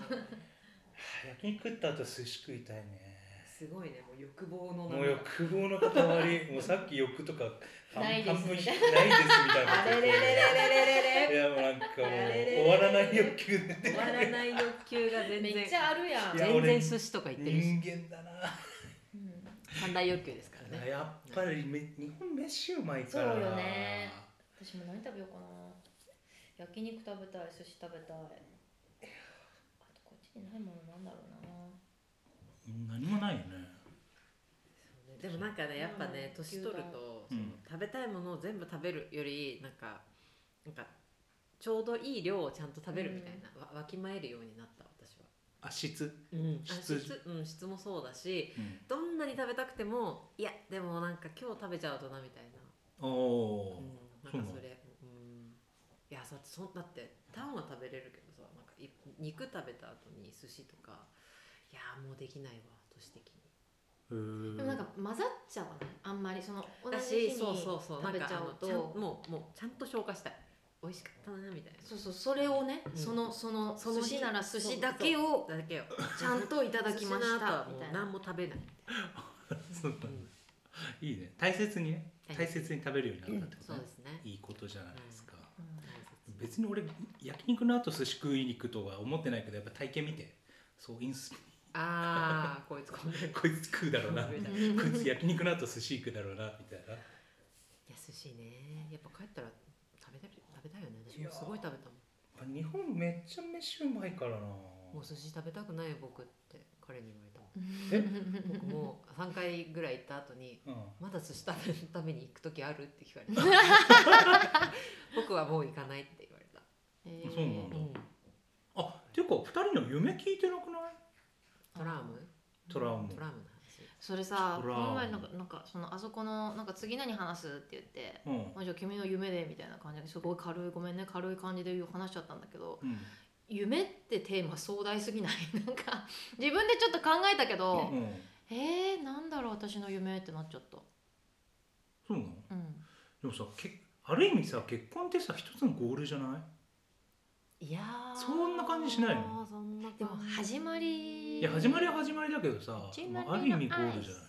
[SPEAKER 3] 焼肉食った後寿司食いたいね
[SPEAKER 2] すごいねもう欲望の
[SPEAKER 3] もう欲望の塊もうさっき欲とか半
[SPEAKER 1] ないです
[SPEAKER 3] 半分
[SPEAKER 1] み
[SPEAKER 3] ひ
[SPEAKER 1] た
[SPEAKER 3] ない
[SPEAKER 1] い
[SPEAKER 3] ですみたいな
[SPEAKER 2] あ
[SPEAKER 3] こと言
[SPEAKER 2] れれ
[SPEAKER 3] っ
[SPEAKER 2] れれ
[SPEAKER 3] て
[SPEAKER 2] れ れ
[SPEAKER 3] い
[SPEAKER 2] れ
[SPEAKER 3] やもうなんかもう
[SPEAKER 2] あれれ
[SPEAKER 3] 終わらない欲求で
[SPEAKER 2] 終わらない欲求が全然
[SPEAKER 1] めっちゃあるやん
[SPEAKER 3] いや
[SPEAKER 2] 全然寿司とか行ってるし
[SPEAKER 3] 人間だな
[SPEAKER 1] うん
[SPEAKER 2] 三大欲求ですからね
[SPEAKER 3] やっぱりめ日本飯うまいから
[SPEAKER 1] そうよね私も何食べようかな焼肉食べたい寿司食べたいあとこっちにないものなんだろうな
[SPEAKER 3] 何もないよね
[SPEAKER 2] でもなんかねやっぱね
[SPEAKER 1] うん
[SPEAKER 2] 年取ると、
[SPEAKER 3] うん
[SPEAKER 2] 食べたいものを全部食べるよりなんかなんかちょうどいい量をちゃんと食べるみたいな、わわきまえるようになった私は、
[SPEAKER 3] あ質、
[SPEAKER 2] うん、あ
[SPEAKER 3] 質
[SPEAKER 2] 質,、うん、質もそうだしどんなに食べたくてもいやでもなんか今日食べちゃうとなみたいな、
[SPEAKER 3] お
[SPEAKER 2] う
[SPEAKER 3] お
[SPEAKER 2] ん、なんかそれうんいやだってそだってタンは食べれるけどさなんかい肉食べた後に寿司とかいやもうできないわ年的に。
[SPEAKER 3] ー、
[SPEAKER 1] でもなんか混ざっちゃわないあんまりその同
[SPEAKER 2] だ
[SPEAKER 1] じ日
[SPEAKER 2] し
[SPEAKER 1] に
[SPEAKER 2] そうそうそうな
[SPEAKER 1] 食
[SPEAKER 2] ん
[SPEAKER 1] べ
[SPEAKER 2] か
[SPEAKER 1] ちゃう
[SPEAKER 2] あのちゃん
[SPEAKER 1] と
[SPEAKER 2] もうもうちゃんと消化したい美味しかったなみたいな
[SPEAKER 1] そうそうそれをね
[SPEAKER 2] うん
[SPEAKER 1] そのその
[SPEAKER 2] その
[SPEAKER 1] 寿
[SPEAKER 2] 日
[SPEAKER 1] 司なら寿司だけを
[SPEAKER 2] だけを
[SPEAKER 1] ちゃんといただきまし
[SPEAKER 2] 寿司の後
[SPEAKER 1] た
[SPEAKER 2] は
[SPEAKER 1] み
[SPEAKER 2] も
[SPEAKER 1] た
[SPEAKER 2] う
[SPEAKER 1] いな
[SPEAKER 2] 何も食べない
[SPEAKER 3] そうなんだ
[SPEAKER 2] うん
[SPEAKER 3] いいね大切にね
[SPEAKER 2] 大切
[SPEAKER 3] 大切に食べるようになったってこ
[SPEAKER 2] そ
[SPEAKER 3] と
[SPEAKER 2] う
[SPEAKER 3] ね
[SPEAKER 2] で、すね
[SPEAKER 3] いいことじゃないですか、
[SPEAKER 1] うん
[SPEAKER 3] 別に俺焼肉の後寿司食いに行くとは思ってないけどやっぱ体験見てそうインス
[SPEAKER 2] ああこいつこんなに
[SPEAKER 3] こいつ食うだろうなこ
[SPEAKER 2] 食うだろ
[SPEAKER 3] いつ焼肉の後寿司行くだろうなみたいな
[SPEAKER 2] 安しいねやっぱ帰ったら食べたい食べたいよね私もすごい食べたも
[SPEAKER 3] あ日本めっちゃ飯うまいからなん
[SPEAKER 2] もう寿司食べたくないよ僕って彼に言われたもん
[SPEAKER 3] え
[SPEAKER 2] 僕も3回ぐらい行った後に
[SPEAKER 3] うん
[SPEAKER 2] まだ寿司食べるために行く時あるって聞かれた 僕はもう行かないって言われた、
[SPEAKER 1] え
[SPEAKER 3] そうなん
[SPEAKER 1] ー
[SPEAKER 3] だ
[SPEAKER 2] うん、
[SPEAKER 3] あっていうか二人の夢聞いてなくない
[SPEAKER 2] トラウム
[SPEAKER 3] トラウム
[SPEAKER 2] トラウムの
[SPEAKER 1] それさ
[SPEAKER 3] ト
[SPEAKER 1] こ
[SPEAKER 3] ラウム
[SPEAKER 1] の前なんかなんかそのあそこのなんか次何話すって言って
[SPEAKER 3] うん、
[SPEAKER 1] あじゃあ君の夢でみたいな感じですごい軽いごめんね軽い感じで話しちゃったんだけど
[SPEAKER 3] うん
[SPEAKER 1] 夢ってテーマ壮大すぎない なんか自分でちょっと考えたけど
[SPEAKER 3] うん、
[SPEAKER 1] えー、なんだろう私の夢ってなっちゃった、
[SPEAKER 3] そうなの
[SPEAKER 1] うん、
[SPEAKER 3] でもさけある意味さ結婚ってさ一つのゴールじゃない
[SPEAKER 2] 話いやー
[SPEAKER 3] そんな感じしないの
[SPEAKER 2] そんな感じ
[SPEAKER 1] でも始まり
[SPEAKER 3] いや始まりは始まりだけどさ
[SPEAKER 1] 始、ま
[SPEAKER 3] ま
[SPEAKER 1] りの
[SPEAKER 3] あ、ある意味ゴールじゃない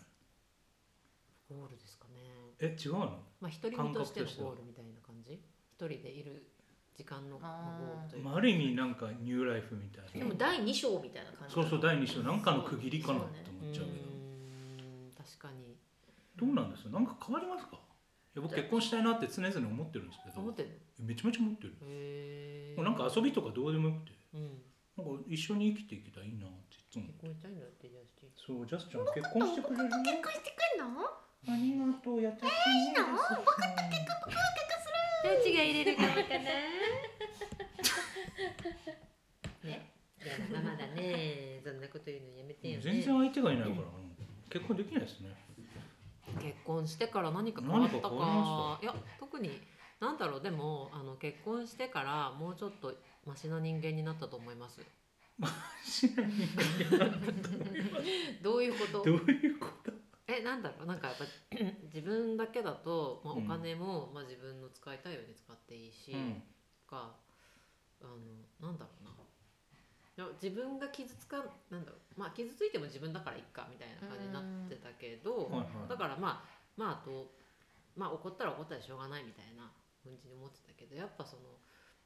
[SPEAKER 2] ゴールですかね
[SPEAKER 3] え違うの
[SPEAKER 2] まあ一人身としての
[SPEAKER 3] 感覚としては
[SPEAKER 2] ゴールみたいな感じ一人でいる時間のまあゴールというか
[SPEAKER 3] まあ、ある意味なんかニューライフみたい
[SPEAKER 1] で
[SPEAKER 3] な
[SPEAKER 1] も第2章みたいな感じ
[SPEAKER 3] そうそう第2章なんかの区切りかなと
[SPEAKER 1] そうね
[SPEAKER 3] 思っちゃうけ
[SPEAKER 2] うーん確かに
[SPEAKER 3] どどうなんですよなんか変わりますかいや僕結婚したいなって常々思ってるんですけど
[SPEAKER 2] 思ってんの
[SPEAKER 3] めちゃめちゃ思ってる
[SPEAKER 2] へ
[SPEAKER 3] もうなんか遊びとかどうでもよくて
[SPEAKER 2] うん
[SPEAKER 3] なんか一緒に生きていけたらいいなっていつも
[SPEAKER 2] 結婚したいんだってジャスティン
[SPEAKER 3] そうジャスちゃん結婚してくれる
[SPEAKER 1] 結
[SPEAKER 3] ね
[SPEAKER 1] 婚してくんの
[SPEAKER 3] ありがとうやったいいな分かった結婚
[SPEAKER 1] どっちが入れるかわかな
[SPEAKER 2] いやまだまだねそんなこと言うのやめてよね
[SPEAKER 3] 全然相手がいないから、結婚できないですね
[SPEAKER 2] 結婚してから何か変わったか
[SPEAKER 3] 何か変わりま
[SPEAKER 2] いや特になんだろうでもあの結婚してからもうちょっとマシな人間になったと思います
[SPEAKER 1] どういうこと
[SPEAKER 3] どういうこと
[SPEAKER 2] えなんだろうなんかやっぱ 自分だけだと、まあ、
[SPEAKER 3] う
[SPEAKER 2] お
[SPEAKER 3] ん
[SPEAKER 2] 金も、まあ、自分の使いたいように使っていいし、
[SPEAKER 3] うん
[SPEAKER 2] とかあのなんだろうないや自分が傷つかなんだろうまあ傷ついても自分だからいっかみたいな感じになってたけど、
[SPEAKER 3] はいはい
[SPEAKER 2] だからまあまああとまあ怒ったら怒ったらしょうがないみたいな感じに思ってたけどやっぱその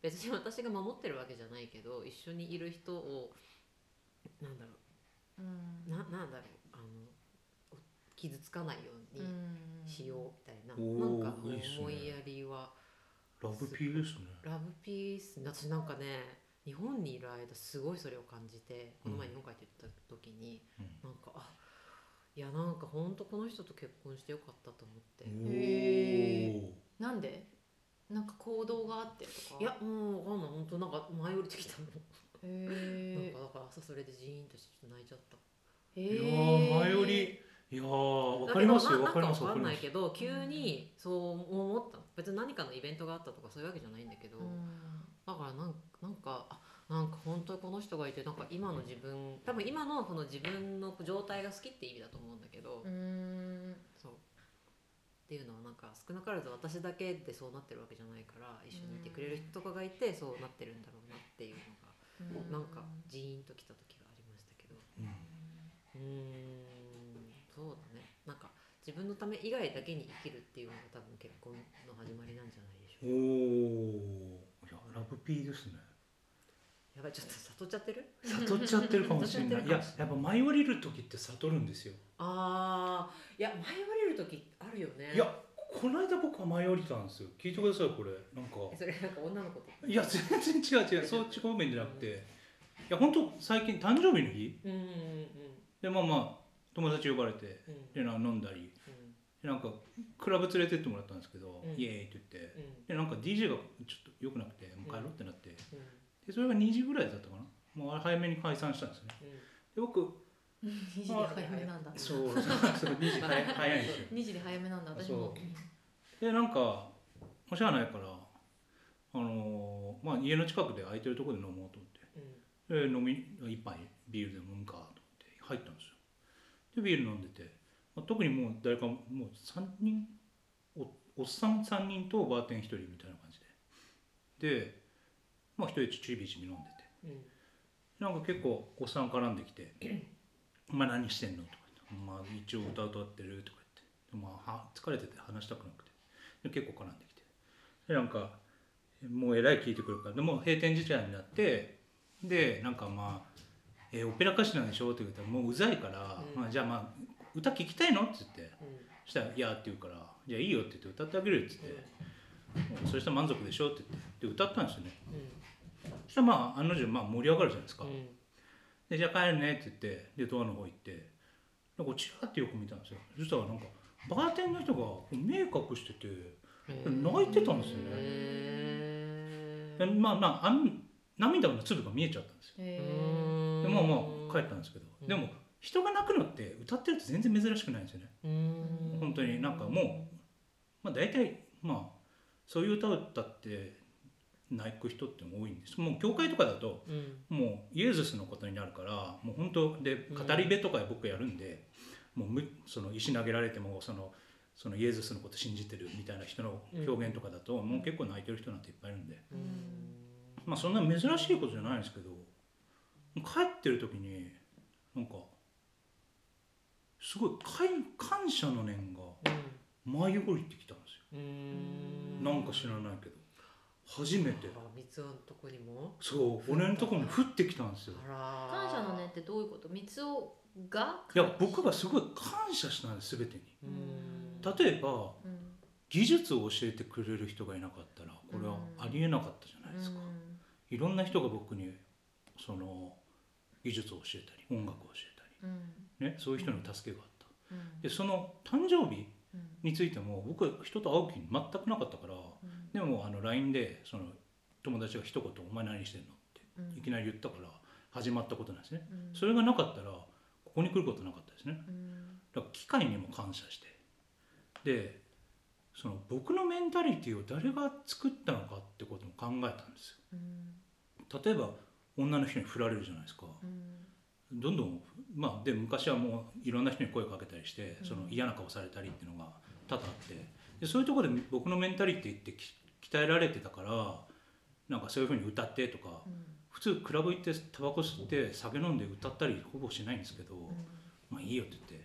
[SPEAKER 2] 別に私が守ってるわけじゃないけど一緒にいる人をなんだろ
[SPEAKER 1] うん
[SPEAKER 2] うななんだろうあのお傷つかないように
[SPEAKER 1] うん
[SPEAKER 2] しようみたいな、
[SPEAKER 3] おー
[SPEAKER 2] なんか
[SPEAKER 3] いいっすね
[SPEAKER 2] 思いやりは
[SPEAKER 3] ラブピーですね
[SPEAKER 2] ラブピース私なんかね日本にいる間すごいそれを感じてこの前
[SPEAKER 3] うん
[SPEAKER 2] 日本帰って行った時に、
[SPEAKER 3] うん
[SPEAKER 2] なんかあいやなんかほんとこの人と結婚してよかったと思って。
[SPEAKER 3] お
[SPEAKER 1] へ
[SPEAKER 3] ー
[SPEAKER 1] なんでなんか行動があってとか
[SPEAKER 2] いやもうわかんない本当なんか舞い降りてきたの、
[SPEAKER 1] へ
[SPEAKER 2] なん
[SPEAKER 1] え
[SPEAKER 2] かだから朝それでジーンとしてちょっと泣いちゃった
[SPEAKER 1] へ
[SPEAKER 3] いや
[SPEAKER 1] え
[SPEAKER 3] ー前よりいやー、わ
[SPEAKER 2] だ
[SPEAKER 3] か
[SPEAKER 2] け
[SPEAKER 3] り
[SPEAKER 2] ど
[SPEAKER 3] ますよ、
[SPEAKER 2] な
[SPEAKER 3] わ
[SPEAKER 2] なんか
[SPEAKER 3] かりま
[SPEAKER 2] わ
[SPEAKER 3] す、
[SPEAKER 2] か
[SPEAKER 3] わか
[SPEAKER 2] ん
[SPEAKER 3] り
[SPEAKER 2] な
[SPEAKER 3] ま
[SPEAKER 2] い
[SPEAKER 3] す。
[SPEAKER 2] けど急にそう思った別に何かのイベントがあったとかそういうわけじゃないんだけど、だからなんなんかあなんか本当にこの人がいてなんか今の自分多分今のこの自分の状態が好きって意味だと思うんだけど、
[SPEAKER 1] うん
[SPEAKER 2] そうっていうのはなんか少なからず私だけでそうなってるわけじゃないから一緒にいてくれる人とかがいてそうなってるんだろうなっていうの
[SPEAKER 1] うん
[SPEAKER 2] がなんかジーンときた時がありましたけどうーんそうだねなんか自分のため以外だけに生きるっていうのが多分結婚の始まりなんじゃないでしょ
[SPEAKER 3] う
[SPEAKER 2] うか
[SPEAKER 3] ん、おー、いや、ラブピーです ね。
[SPEAKER 2] やばいちょっと悟っちゃってる
[SPEAKER 3] 悟っちゃってるかもしれな
[SPEAKER 2] 悟っ
[SPEAKER 3] い。い
[SPEAKER 2] ちゃってるか
[SPEAKER 3] や
[SPEAKER 2] もし、
[SPEAKER 3] やっぱ舞い降りる時って悟るんですよ。
[SPEAKER 2] あーいや迷われる時あるよね
[SPEAKER 3] いや、この間僕は舞い降りたんですよ。聞いてください、これ、なんか。
[SPEAKER 2] えそれなんか女の子と
[SPEAKER 3] いや、全然違う 違う、そう、違う面じゃなくて。いや、本当、最近誕生日の日。
[SPEAKER 2] うんうんうん
[SPEAKER 3] で、まあまあ、友達呼ばれて、
[SPEAKER 2] うん
[SPEAKER 3] で、な飲んだり、
[SPEAKER 2] うん
[SPEAKER 3] でなんか、クラブ連れてってもらったんですけど、
[SPEAKER 2] うん
[SPEAKER 3] イエーイって言って。
[SPEAKER 2] うん
[SPEAKER 3] で、なんか DJ がちょっと良くなくて、もう帰ろうってなって。
[SPEAKER 2] うん
[SPEAKER 3] でそれが2時ぐらいだったかなもう早めに解散したんですねで僕
[SPEAKER 1] 2時で早めなんだ
[SPEAKER 3] そうそう2時早い早いんですよ
[SPEAKER 1] 2時で早めなんだ私も
[SPEAKER 3] そでなんかもうしゃあないからあのーまあ家の近くで空いてるところで飲もうと思
[SPEAKER 2] うんうん
[SPEAKER 3] ってで飲み一杯ビールでも飲むかと思って入ったんですよでビール飲んでて、まあ、特にもう誰かももう3人おおっさん3人とバーテン1人みたいな感じででまあ1人ちびちび飲んでて
[SPEAKER 2] うん
[SPEAKER 3] なんか結構おっさん絡んできて「お前何してんの?」とか言って「まあ一応歌歌ってる」とか言って「まあは疲れてて話したくなくて」で結構絡んできてでなんかもうえらい聞いてくるからでもう閉店時間になってでなんかまあ「えーオペラ歌手なんでしょ?」って言ったら「もううざいから、
[SPEAKER 2] うん
[SPEAKER 3] まあ、じゃあまあ歌聴きたいの?」って言って
[SPEAKER 2] うん
[SPEAKER 3] そしたら「いや」って言うから「じゃあいいよ」って言って歌ってあげるよって言って「もうそしたら満足でしょ?」って言ってで歌ったんですよねそしたらまあ案の定まあ盛り上がるじゃないですか、
[SPEAKER 2] うんうん
[SPEAKER 3] でじゃあ帰るねって言ってでドアの方行ってなんかチラッてよく見たんですよそしたらなんかバーテンの人がこう目隠してて泣いてたんですよね
[SPEAKER 2] へ
[SPEAKER 3] でまあまああん涙の粒が見えちゃったんですよ
[SPEAKER 1] へ
[SPEAKER 2] え
[SPEAKER 1] ー
[SPEAKER 3] でまあまあ帰ったんですけど
[SPEAKER 2] うん
[SPEAKER 3] でも人が泣くのって歌ってると全然珍しくないんですよね、
[SPEAKER 2] うん
[SPEAKER 3] 本当になんかもまあ、大体まあそういう歌を歌って泣く人って多いんですもう教会とかだと
[SPEAKER 2] う、うん、
[SPEAKER 3] もうイエズスのことになるからもう本当で
[SPEAKER 2] うん
[SPEAKER 3] 語り部とか僕やるんで、もうむその石投げられてもそのそのイエズスのこと信じてるみたいな人の表現とかだと、もう結構泣いてる人なんていっぱいいるんで
[SPEAKER 2] うん
[SPEAKER 3] まあそんな珍しいことじゃないんですけど帰ってる時になんかすごい感感謝の念が舞い降りてきたんです
[SPEAKER 2] う
[SPEAKER 3] よ、
[SPEAKER 2] ん
[SPEAKER 3] なんか知らないけど初めて
[SPEAKER 2] あ三つ輪のとこにも
[SPEAKER 3] そう俺のところに降ってきたんですよ
[SPEAKER 2] あら
[SPEAKER 1] 感謝の念ってどういうこと三つおが
[SPEAKER 3] いや僕がすごい感謝したんです全てに。
[SPEAKER 2] うん
[SPEAKER 3] 例えば
[SPEAKER 1] うん
[SPEAKER 3] 技術を教えてくれる人がいなかったらこれはありえなかったじゃないですか、
[SPEAKER 1] うん
[SPEAKER 3] いろんな人が僕にその技術を教えたり音楽を教えた
[SPEAKER 1] うん
[SPEAKER 3] り、ね、そういう人の助けがあった
[SPEAKER 1] うん
[SPEAKER 3] でその誕生日
[SPEAKER 1] うん
[SPEAKER 3] についても僕は人と会う気全くなかったから
[SPEAKER 1] うん
[SPEAKER 3] でもあの LINE でその友達が一言「お前何してんの?」っ
[SPEAKER 1] うん
[SPEAKER 3] ていきなり言ったから始まったことなんですね
[SPEAKER 1] うん
[SPEAKER 3] それがなかったらここに来ることなかったですね
[SPEAKER 1] うん
[SPEAKER 3] だから機械にも感謝してでその僕のメンタリティを誰が作ったのかってことも考えたんです
[SPEAKER 1] うん
[SPEAKER 3] よ例えば女の人に振られるじゃないですか
[SPEAKER 1] うん
[SPEAKER 3] どんどんまあで昔はもういろんな人に声かけたりして
[SPEAKER 1] うん
[SPEAKER 3] その嫌な顔されたりっていうのが多々あってでそういうところで僕のメンタリティってき鍛えられてたからなんかそういうふうに歌ってとか
[SPEAKER 1] うん
[SPEAKER 3] 普通クラブ行ってタバコ吸って酒飲んで歌ったりほぼしないんですけど、まあいいよって言っ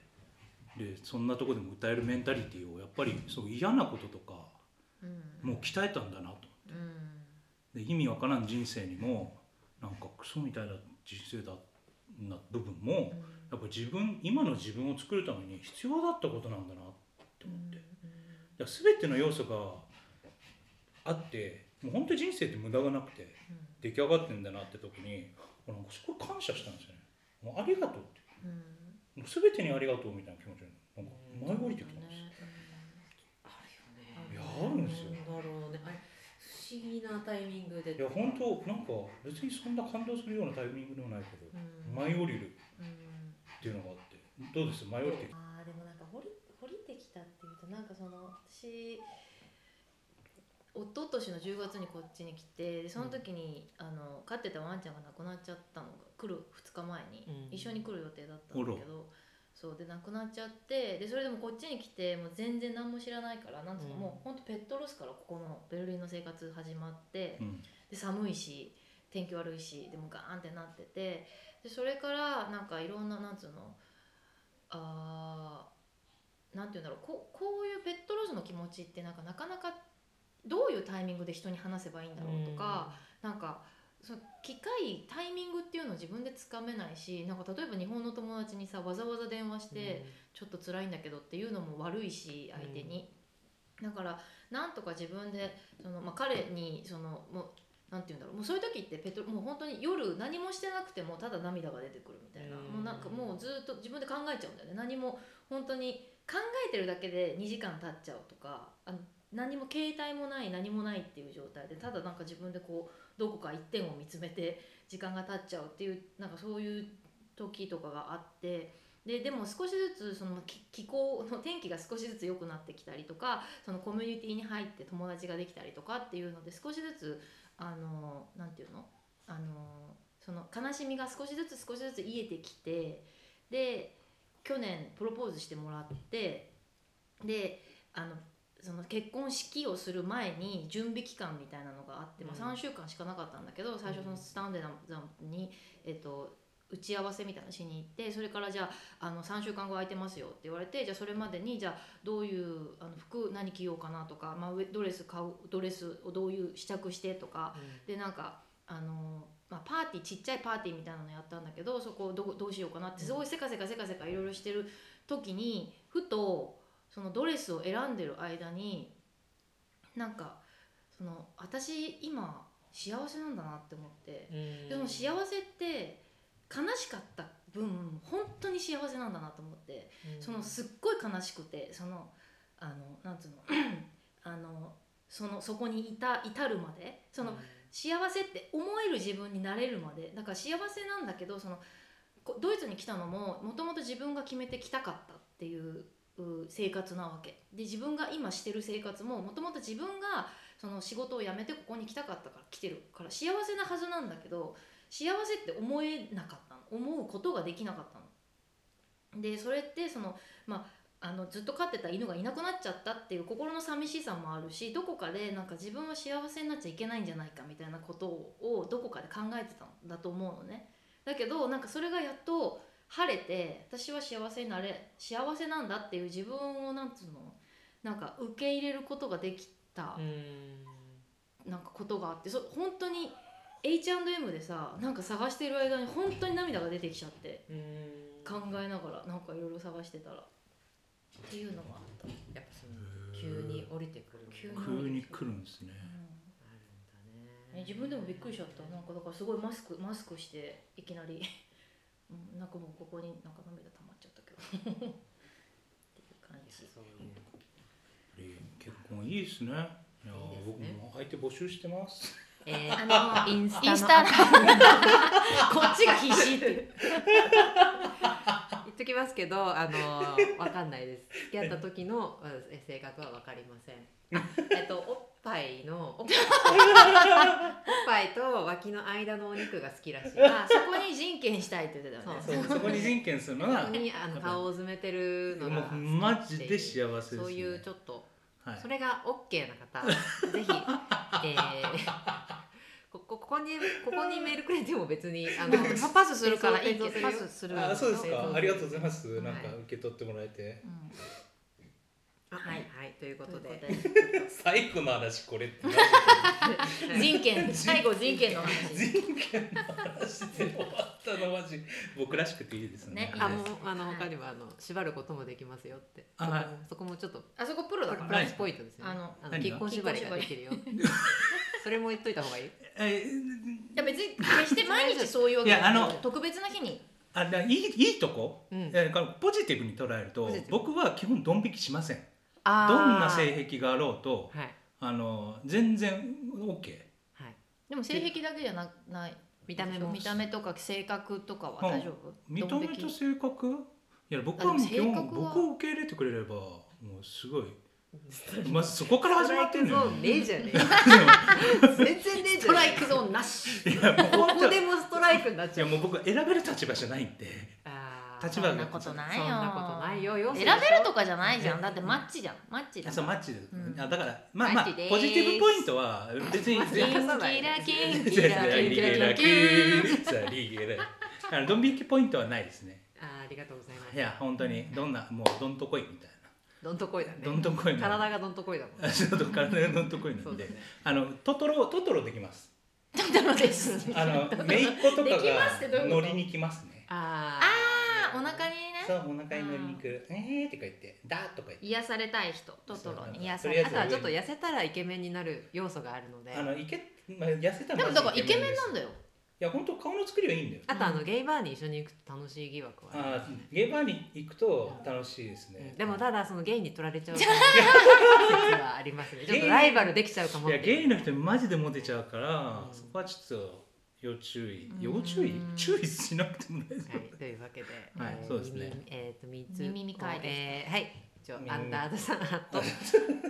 [SPEAKER 3] てでそんなとこでも歌えるメンタリティをやっぱりそう嫌なこととか
[SPEAKER 1] うん
[SPEAKER 3] もう鍛えたんだなと
[SPEAKER 1] うん
[SPEAKER 3] で意味わからん人生にもなんかクソみたいな人生だな部分もやっぱ自分今の自分を作るために必要だったことなんだなって思ってだから全ての要素があってもう本当に人生って無駄がなくて出来上がってんだなって時になんかすごい感謝したんですよねもうありがとうって
[SPEAKER 1] うんうん
[SPEAKER 3] もう全てにありがとうみたいな気持ちになんか
[SPEAKER 1] う
[SPEAKER 3] 舞
[SPEAKER 1] ん
[SPEAKER 3] い降りてきたんですよ
[SPEAKER 2] あ
[SPEAKER 3] い
[SPEAKER 2] る
[SPEAKER 3] や
[SPEAKER 2] よね
[SPEAKER 3] あるんですよ
[SPEAKER 2] なんだろうねあれ不思議なタイミングで
[SPEAKER 3] いや本当なんか別にそんな感動するようなタイミングでもないけど
[SPEAKER 1] うん
[SPEAKER 3] 舞い降りる
[SPEAKER 1] うん
[SPEAKER 3] っていうのがあってどうです舞い降りてき
[SPEAKER 1] あーでも私一昨年の10月にこっちに来てでその時に、あの飼ってたワンちゃんが亡くなっちゃったのが来る2日前に、
[SPEAKER 2] うん
[SPEAKER 1] 一緒に来る予定だったんだけどそうで亡くなっちゃってでそれでもこっちに来てもう全然何も知らないからなんつうの、
[SPEAKER 2] うん
[SPEAKER 1] もうほんとペットロスからここのベルリンの生活始まって、
[SPEAKER 3] うん
[SPEAKER 1] で寒いし天気悪いしでもガーンってなっててでそれからなんかいろんななんつうのあーなんて言うんだろうここういうペットロスの気持ちってなんかなかなかどういうタイミングで人に話せばいいんだろうとか、なんかその機会タイミングっていうのを自分でつかめないしなんか例えば日本の友達にさわざわざ電話して。ちょっと辛いんだけどっていうのも悪いし相手に、だからなんとか自分でその、まあ、彼にそのもうなんて言うんだろうもうそういう時ってペトもう本当に夜何もしてなくてもただ涙が出てくるみたいな、
[SPEAKER 2] うん
[SPEAKER 1] もうなんかもうずっと自分で考えちゃうんだよね何も本当に考えてるだけで2時間経っちゃうとかあの何も携帯もない何もないっていう状態でただなんか自分でこうどこか一点を見つめて時間が経っちゃうっていうなんかそういう時とかがあってででも少しずつその気気候の天気が少しずつ良くなってきたりとかそのコミュニティに入って友達ができたりとかっていうので少しずつあのなんていうのあのその悲しみが少しずつ少しずつ癒えてきてで去年プロポーズしてもらってであのその結婚式をする前に準備期間みたいなのがあって、まあ、
[SPEAKER 2] うん
[SPEAKER 1] 3週間しかなかったんだけど最初そのスタンデダムに、えっと、打ち合わせみたいなのしに行ってそれからじゃああの3週間後空いてますよって言われてじゃあそれまでにじゃあどういうあの服何着ようかなとか、まあ、ウェドレス買うドレスをどういう試着してとかでなんかあの、まあ、パーティーちっちゃいパーティーみたいなのやったんだけどそこをどこどうしようかなってすごいせかせかせかせかいろいろしてる時にふとそのドレスを選んでる間になんかその私今幸せなんだなって思って、でも幸せって悲しかった分本当に幸せなんだなと思って。そのすっごい悲しくてそのあのなんつうの あのそのそこにいた至るまでその、幸せって思える自分になれるまでだから幸せなんだけどそのこドイツに来たのももともと自分が決めてきたかったっていうう生活なわけで自分が今してる生活ももともと自分がその仕事を辞めてここに来たかったから来てるから幸せなはずなんだけど幸せって思えなかったの思うことができなかったの。でそれってそのあのずっと飼ってた犬がいなくなっちゃったっていう心の寂しさもあるしどこかでなんか自分は幸せになっちゃいけないんじゃないかみたいなことをどこかで考えてたんだと思うのねだけどなんかそれがやっと晴れて私は幸せになれ幸せなんだっていう自分をなんつうのなんか受け入れることができたなんかことがあってそ本当に H&M でさなんか探してる間に本当に涙が出てきちゃって考えながらなんかいろいろ探してたらっていうのがあった。
[SPEAKER 2] やっぱその急に降りてくる
[SPEAKER 1] 急に
[SPEAKER 2] もの
[SPEAKER 3] 急に来るんですね
[SPEAKER 1] う
[SPEAKER 2] あるんだ
[SPEAKER 1] んね
[SPEAKER 2] ね
[SPEAKER 1] 自分でもびっくりしちゃったなんかだからすごいマスクマスクしていきなり、うん、なんかもうここになんか涙溜まっちゃったけどっていう感
[SPEAKER 2] いや
[SPEAKER 1] じ
[SPEAKER 2] そうね
[SPEAKER 3] 結婚いいですねいや
[SPEAKER 2] いいで
[SPEAKER 3] ー
[SPEAKER 2] すね
[SPEAKER 3] 僕も相手募集してます
[SPEAKER 2] えー
[SPEAKER 1] あ
[SPEAKER 2] インス
[SPEAKER 1] インス
[SPEAKER 2] タ
[SPEAKER 1] タ
[SPEAKER 2] の
[SPEAKER 1] の こっちが必死っていう
[SPEAKER 2] 言っときますけどあのーわかんないです付き合った時のうんえ性格はわかりませんえっとおっぱいのおっぱいおっぱいと脇の間のお肉が好きらしい
[SPEAKER 1] あそこに人権したいって言ってたよね
[SPEAKER 2] そう
[SPEAKER 3] そこに人権するのが
[SPEAKER 2] そこにあの顔を詰めてるの
[SPEAKER 3] も
[SPEAKER 2] が
[SPEAKER 3] うマジで幸
[SPEAKER 2] せ
[SPEAKER 3] せです、ね、
[SPEAKER 2] そういうちょっと
[SPEAKER 3] はい
[SPEAKER 2] それが OK な方ぜひ、えー、 ここここにここにメールくれても別にあの
[SPEAKER 1] パパスするからいいけど
[SPEAKER 2] そう
[SPEAKER 1] パスする
[SPEAKER 3] あそうです
[SPEAKER 2] そ
[SPEAKER 3] か
[SPEAKER 2] う
[SPEAKER 3] ありがとうございます、
[SPEAKER 2] はい
[SPEAKER 3] なんか受け取ってもらえて
[SPEAKER 1] うん
[SPEAKER 2] はい、はい、ということと
[SPEAKER 1] いう
[SPEAKER 2] で
[SPEAKER 1] こと
[SPEAKER 3] 最後の話これって
[SPEAKER 1] で
[SPEAKER 3] 何
[SPEAKER 1] 人権最後人権の 話
[SPEAKER 3] 人権の話で終わったのマジ僕らしくていいですね
[SPEAKER 1] ね
[SPEAKER 2] あ
[SPEAKER 3] はい
[SPEAKER 2] もうあの
[SPEAKER 1] はい
[SPEAKER 2] 他にもあの縛ることもできますよってそ
[SPEAKER 3] あ
[SPEAKER 2] こ
[SPEAKER 3] はい
[SPEAKER 2] そこもちょっと
[SPEAKER 1] あそこプロだか
[SPEAKER 2] プ
[SPEAKER 1] ら
[SPEAKER 2] ラスポイントですよね
[SPEAKER 1] あの
[SPEAKER 2] あの
[SPEAKER 3] 何
[SPEAKER 2] 結
[SPEAKER 3] が
[SPEAKER 2] 婚縛りができるよそれも言っといた方がいい
[SPEAKER 3] え
[SPEAKER 1] いや別に決して毎日そういうわけじゃない
[SPEAKER 3] いやあの
[SPEAKER 1] 特別な日に
[SPEAKER 3] あだいいいいとこ、
[SPEAKER 2] うん
[SPEAKER 3] えこのポジティブに捉えると
[SPEAKER 2] ポジティブ
[SPEAKER 3] 僕は基本ドン引きしませんど
[SPEAKER 2] あー
[SPEAKER 3] んな性癖があろうと
[SPEAKER 2] はい
[SPEAKER 3] あの全然 OK
[SPEAKER 2] はい
[SPEAKER 1] でも性癖だけじゃなない
[SPEAKER 2] 見た目も
[SPEAKER 1] 見た目とか性格とかは大丈夫
[SPEAKER 3] 見た目
[SPEAKER 1] ドン
[SPEAKER 3] と
[SPEAKER 1] 引き
[SPEAKER 3] 性格いや僕
[SPEAKER 1] あで
[SPEAKER 3] はも
[SPEAKER 1] も
[SPEAKER 3] う基本
[SPEAKER 1] 性格は
[SPEAKER 3] 僕を受け入れてくれればもうすごいまずそこから始まってんのよ
[SPEAKER 2] ストライクゾーンねえじゃねえか全然ねえ
[SPEAKER 1] ス
[SPEAKER 2] じゃ
[SPEAKER 1] トラ
[SPEAKER 2] ね
[SPEAKER 1] イクゾーンなし
[SPEAKER 3] いやもう
[SPEAKER 2] えか
[SPEAKER 3] 終
[SPEAKER 2] こ
[SPEAKER 3] わっちゃ
[SPEAKER 2] こ
[SPEAKER 3] う
[SPEAKER 2] でもストライクになっ
[SPEAKER 3] い
[SPEAKER 2] ちゃ
[SPEAKER 3] や
[SPEAKER 2] う
[SPEAKER 3] もう僕は選べる立場じゃないんで
[SPEAKER 2] あー
[SPEAKER 1] そ
[SPEAKER 3] 立場
[SPEAKER 1] ん
[SPEAKER 3] が
[SPEAKER 1] なことない
[SPEAKER 2] そ
[SPEAKER 1] よ
[SPEAKER 2] んなことないよよ
[SPEAKER 1] 選べると
[SPEAKER 2] か
[SPEAKER 1] かじゃないじゃ
[SPEAKER 3] うん
[SPEAKER 1] んだってマッチじゃんマッチだ
[SPEAKER 3] そうマ
[SPEAKER 1] ッ
[SPEAKER 3] ッチで、
[SPEAKER 1] うん
[SPEAKER 3] あだからまあまあ
[SPEAKER 1] マッチです
[SPEAKER 3] ポジティブポイントは別に
[SPEAKER 2] マッチ
[SPEAKER 1] キン
[SPEAKER 3] 全
[SPEAKER 1] キ
[SPEAKER 3] 然
[SPEAKER 1] ラキン
[SPEAKER 3] リ
[SPEAKER 1] キラキンキラ
[SPEAKER 3] ゲラ
[SPEAKER 1] キンキ
[SPEAKER 3] キュ
[SPEAKER 1] ラ
[SPEAKER 3] ーさあリゲラあのドン引きポイントはないですね
[SPEAKER 2] あーありがとうございます
[SPEAKER 3] いや本当にどんなもうどんとこいみたい
[SPEAKER 2] どんとこいだね
[SPEAKER 3] などんとこいの
[SPEAKER 2] 体がどんとこいだも ん
[SPEAKER 3] ちょっと体がどんとこい
[SPEAKER 2] そ
[SPEAKER 3] な
[SPEAKER 2] うんだ
[SPEAKER 3] で
[SPEAKER 2] ね
[SPEAKER 3] あのトトロトトロできます
[SPEAKER 1] ト トロです
[SPEAKER 3] あの姪っ子とか
[SPEAKER 1] できますってどうい
[SPEAKER 3] が
[SPEAKER 1] うこと
[SPEAKER 3] 乗りに来ますね
[SPEAKER 2] あ
[SPEAKER 1] あーお腹に
[SPEAKER 3] そ
[SPEAKER 1] ね
[SPEAKER 3] うお腹に乗りに来る「えー」とか言って「だ」とか言って
[SPEAKER 1] 癒されたい人トトロに癒さ
[SPEAKER 3] とり
[SPEAKER 1] れ
[SPEAKER 2] あ
[SPEAKER 3] あえず
[SPEAKER 2] と
[SPEAKER 1] たい
[SPEAKER 2] はちょっと痩せたらイケメンになる要素があるので
[SPEAKER 3] あのいけ、まあ、痩せた
[SPEAKER 1] でも
[SPEAKER 3] マジ
[SPEAKER 1] だからイケメン
[SPEAKER 3] です
[SPEAKER 1] なんだよ
[SPEAKER 3] いや本当顔の作りはいいんだよ
[SPEAKER 2] あとあのゲイバーに一緒に行くと楽しい疑惑はありま
[SPEAKER 3] あ
[SPEAKER 2] すね
[SPEAKER 3] ーゲーバーに行くと楽しいですね、
[SPEAKER 2] でもただそのゲイに取られちゃう説はありますねちょっとライバルできちゃうかも
[SPEAKER 3] い
[SPEAKER 2] っ
[SPEAKER 3] や
[SPEAKER 2] て
[SPEAKER 3] ゲ
[SPEAKER 2] い
[SPEAKER 3] イ
[SPEAKER 2] う
[SPEAKER 3] の人マジでモテちゃうから、
[SPEAKER 2] うん
[SPEAKER 3] そこはちょっと要注意
[SPEAKER 1] うん
[SPEAKER 3] 要注意注意しなくても大丈
[SPEAKER 2] はい、というわけで、
[SPEAKER 3] はい
[SPEAKER 2] えー
[SPEAKER 3] そうですね
[SPEAKER 2] 耳えっ、と、みつ、
[SPEAKER 1] 耳に書いて
[SPEAKER 2] えーはい、じゃ
[SPEAKER 3] 耳
[SPEAKER 2] あ、アンダードさんと、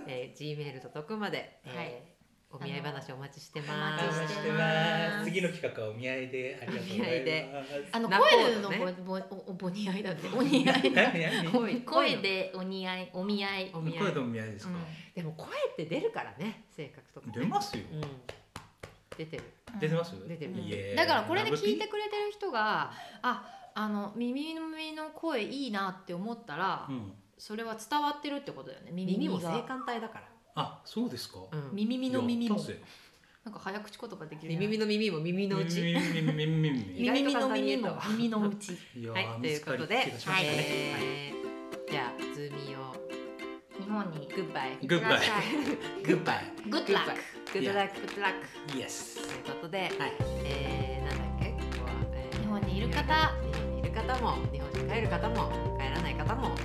[SPEAKER 2] えー、G メールととくまで、えー
[SPEAKER 1] はい
[SPEAKER 2] お見合い話お待ちして
[SPEAKER 1] あ
[SPEAKER 2] ま
[SPEAKER 1] の
[SPEAKER 3] 夫
[SPEAKER 1] お
[SPEAKER 2] す。
[SPEAKER 1] 待ちして
[SPEAKER 3] ま
[SPEAKER 1] ます
[SPEAKER 3] す次の企画はお見合いでありがとうございます
[SPEAKER 1] あの
[SPEAKER 2] 仲
[SPEAKER 1] 声の
[SPEAKER 2] 人ね
[SPEAKER 1] ぼぼおお似合いだってお似合いだ
[SPEAKER 3] 何何
[SPEAKER 2] 声の
[SPEAKER 1] 声でお似合いお見合い
[SPEAKER 2] お
[SPEAKER 1] う
[SPEAKER 2] 見合
[SPEAKER 3] 声
[SPEAKER 2] い
[SPEAKER 3] でお見合いですか、
[SPEAKER 2] でも声って出るからね、性格とか、ね。
[SPEAKER 3] 出ますよ、
[SPEAKER 2] うん。出てる。
[SPEAKER 1] ん
[SPEAKER 3] 出てます
[SPEAKER 2] 出てる
[SPEAKER 3] いえ
[SPEAKER 1] だからこれで聞いてくれてる人がああの耳の声いいなって思ったら、
[SPEAKER 3] うん
[SPEAKER 1] それは伝わってるってことだよね耳
[SPEAKER 2] 耳
[SPEAKER 1] 耳
[SPEAKER 2] も
[SPEAKER 1] が
[SPEAKER 2] 性感帯だから。
[SPEAKER 3] あそうですか、
[SPEAKER 2] うん
[SPEAKER 1] 耳耳の耳も
[SPEAKER 3] やったぜ
[SPEAKER 1] なんか早口言葉できる
[SPEAKER 2] 耳
[SPEAKER 1] の
[SPEAKER 2] の耳も耳のうち。
[SPEAKER 3] 耳耳耳耳
[SPEAKER 2] 意
[SPEAKER 1] 耳
[SPEAKER 2] 外と
[SPEAKER 1] の
[SPEAKER 2] 簡単に
[SPEAKER 1] 耳
[SPEAKER 2] 言えた
[SPEAKER 1] も
[SPEAKER 2] わ
[SPEAKER 1] 耳のうち
[SPEAKER 3] いやー
[SPEAKER 2] はい、ということで、
[SPEAKER 3] 見つか
[SPEAKER 1] は
[SPEAKER 3] り
[SPEAKER 1] い
[SPEAKER 3] 気がしましたね
[SPEAKER 2] えーじゃあ、ズーミーを、
[SPEAKER 1] 日本に
[SPEAKER 2] グッバイ。
[SPEAKER 3] グッバイ
[SPEAKER 1] いってらっしゃ
[SPEAKER 3] グッバイ
[SPEAKER 1] いグッドラック
[SPEAKER 2] グッドラック。
[SPEAKER 1] グッドラック
[SPEAKER 3] イエス
[SPEAKER 2] ということで、
[SPEAKER 3] はい
[SPEAKER 2] えー、なんだっけここは、えー
[SPEAKER 1] 日本にいる方
[SPEAKER 2] 日本にいる方も日本に帰る方も帰らない方も、